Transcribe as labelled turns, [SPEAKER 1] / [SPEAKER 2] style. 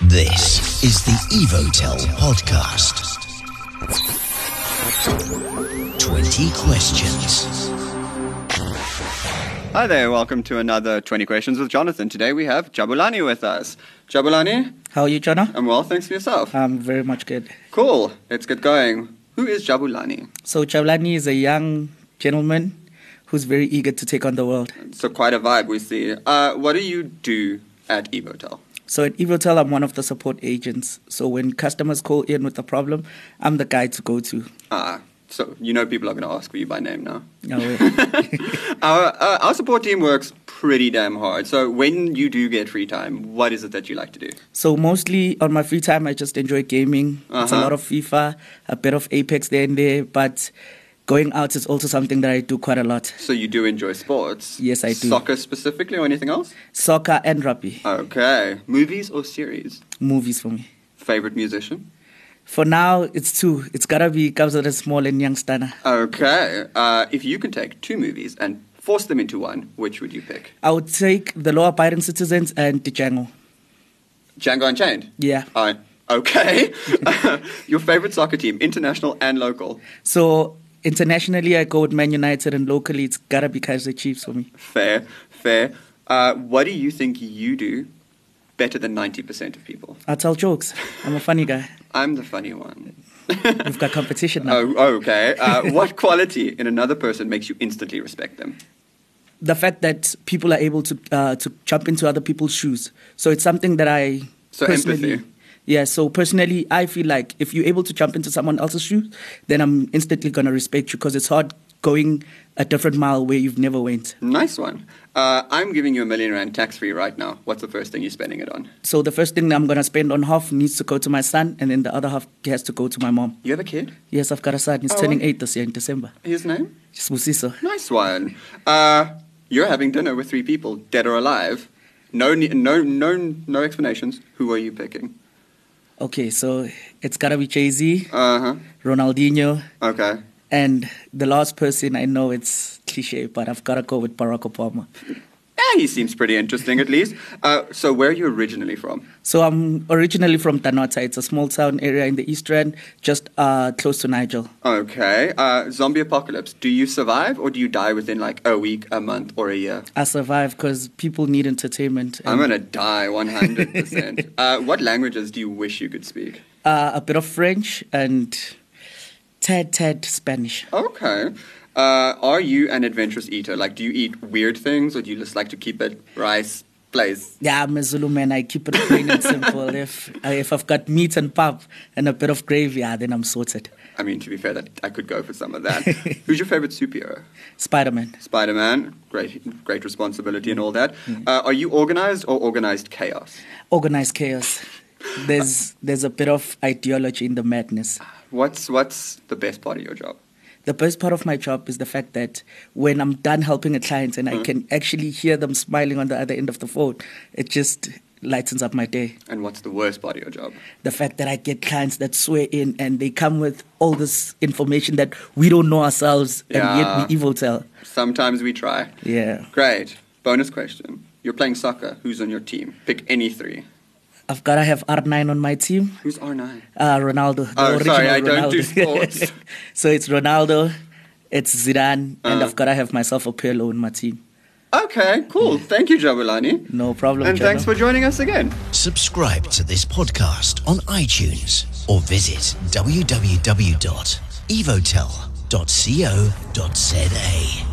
[SPEAKER 1] This is the Evotel podcast. 20 questions.
[SPEAKER 2] Hi there, welcome to another 20 Questions with Jonathan. Today we have Jabulani with us. Jabulani,
[SPEAKER 3] How are you, Jonah?
[SPEAKER 2] I'm well, thanks for yourself.
[SPEAKER 3] I'm very much good.
[SPEAKER 2] Cool, let's get going. Who is Jabulani?
[SPEAKER 3] So Chavlani is a young gentleman who's very eager to take on the world.
[SPEAKER 2] So, quite a vibe we see. Uh, what do you do at Evotel?
[SPEAKER 3] So at Evotel, I'm one of the support agents. So when customers call in with a problem, I'm the guy to go to.
[SPEAKER 2] Ah, so you know people are going to ask for you by name now.
[SPEAKER 3] No way.
[SPEAKER 2] Our, uh, our support team works pretty damn hard. So, when you do get free time, what is it that you like to do?
[SPEAKER 3] so mostly on my free time, I just enjoy gaming. It's a
[SPEAKER 2] Uh-huh.
[SPEAKER 3] lot of FIFA, a bit of Apex there and there, but going out is also something that I do quite a lot.
[SPEAKER 2] So, you do enjoy sports?
[SPEAKER 3] Yes, I do.
[SPEAKER 2] Soccer specifically or anything else?
[SPEAKER 3] Soccer and rugby,
[SPEAKER 2] Okay. Movies or series?
[SPEAKER 3] movies for me.
[SPEAKER 2] Favorite musician?
[SPEAKER 3] For now, it's two. It's gotta be Kabzada Small and Young Stana.
[SPEAKER 2] Okay. Uh, if you can take two movies and force them into one, which would you pick?
[SPEAKER 3] I would take The Law Abiding Citizens and Django.
[SPEAKER 2] Django Unchained.
[SPEAKER 3] Yeah.
[SPEAKER 2] Uh, okay. Your favorite soccer team, international and local.
[SPEAKER 3] So internationally, I go with Man United, and locally, it's gotta be Kaiser Chiefs for me.
[SPEAKER 2] Fair, fair. Uh, what do you think you do better than 90% of people?
[SPEAKER 3] I tell jokes. I'm a funny guy.
[SPEAKER 2] I'm the funny one.
[SPEAKER 3] We've got competition now.
[SPEAKER 2] Oh, okay. Uh, what quality in another person makes you instantly respect them?
[SPEAKER 3] The fact that people are able to uh, to jump into other people's shoes, so it's something that I
[SPEAKER 2] So
[SPEAKER 3] personally.
[SPEAKER 2] empathy.
[SPEAKER 3] Yeah, so personally, I feel like if you're able to jump into someone else's shoes, then I'm instantly gonna respect you because it's hard going a different mile where you've never went.
[SPEAKER 2] Nice one. Uh, I'm giving you a million rand tax free right now. What's the first thing you're spending it on?
[SPEAKER 3] So the first thing I'm gonna spend on half needs to go to my son, and then the other half has to go to my mom.
[SPEAKER 2] You have a kid?
[SPEAKER 3] Yes, I've got a son. He's
[SPEAKER 2] Oh.
[SPEAKER 3] turning eight this year in December.
[SPEAKER 2] His name?
[SPEAKER 3] Just Busiso.
[SPEAKER 2] Nice one. Uh, you're having dinner with three people, dead or alive. No, ne- no, no, no explanations. Who are you picking?
[SPEAKER 3] Okay, so it's gotta be Jay Z,
[SPEAKER 2] Uh
[SPEAKER 3] Ronaldinho,
[SPEAKER 2] huh. Okay.
[SPEAKER 3] and the last person I know it's cliche, but I've gotta go with Barack Obama.
[SPEAKER 2] Yeah, he seems pretty interesting, at least. Uh, so, where are you originally from?
[SPEAKER 3] So I'm originally from Tanata. It's a small town area in the East Rand, just uh, close to Nigel.
[SPEAKER 2] Okay. Uh, zombie apocalypse. Do you survive or do you die within like a week, a month, or a year?
[SPEAKER 3] I survived because people need entertainment.
[SPEAKER 2] I'm
[SPEAKER 3] and,
[SPEAKER 2] gonna die 100%. uh, what languages do you wish you could speak?
[SPEAKER 3] uh, a bit of French and tad tad Spanish.
[SPEAKER 2] Okay. Uh, are you an adventurous eater? Like, do you eat weird things or do you just like to keep it rice, place?
[SPEAKER 3] Yeah, I'm a Zulu man. I keep it plain and simple. If uh, if I've got meat and pap and a bit of gravy, yeah, then I'm sorted.
[SPEAKER 2] I mean, to be fair, that I could go for some of that. Who's your favorite superhero?
[SPEAKER 3] Spider Man.
[SPEAKER 2] Spider Man. Great, great responsibility and all that. Uh, are you organized or organized chaos?
[SPEAKER 3] organized chaos. There's there's a bit of ideology in the madness.
[SPEAKER 2] What's what's the best part of your job?
[SPEAKER 3] The best part of my job is the fact that when I'm done helping a client and I can actually hear them smiling on the other end of the phone, it just lightens up my day.
[SPEAKER 2] And what's the worst part of your job?
[SPEAKER 3] The fact that I get clients that swear in and they come with all this information that we don't know ourselves
[SPEAKER 2] Yeah.
[SPEAKER 3] and yet we evil tell.
[SPEAKER 2] Sometimes we try.
[SPEAKER 3] Yeah.
[SPEAKER 2] Great. Bonus question. You're playing soccer. Who's on your team? Pick any three.
[SPEAKER 3] I've got to have R9 on my team.
[SPEAKER 2] Who's R9?
[SPEAKER 3] Uh, Ronaldo. the
[SPEAKER 2] Oh, sorry,
[SPEAKER 3] original
[SPEAKER 2] I don't do
[SPEAKER 3] Ronaldo.
[SPEAKER 2] sports.
[SPEAKER 3] so it's Ronaldo, it's Zidane, and
[SPEAKER 2] Uh.
[SPEAKER 3] I've got to have myself a Pirlo in my team.
[SPEAKER 2] Okay, cool. Mm-hmm. Thank you, Jabulani.
[SPEAKER 3] No problem.
[SPEAKER 2] And thanks
[SPEAKER 3] Jono.
[SPEAKER 2] for joining us again.
[SPEAKER 1] Subscribe to this podcast on iTunes or visit www.evotel.co.za.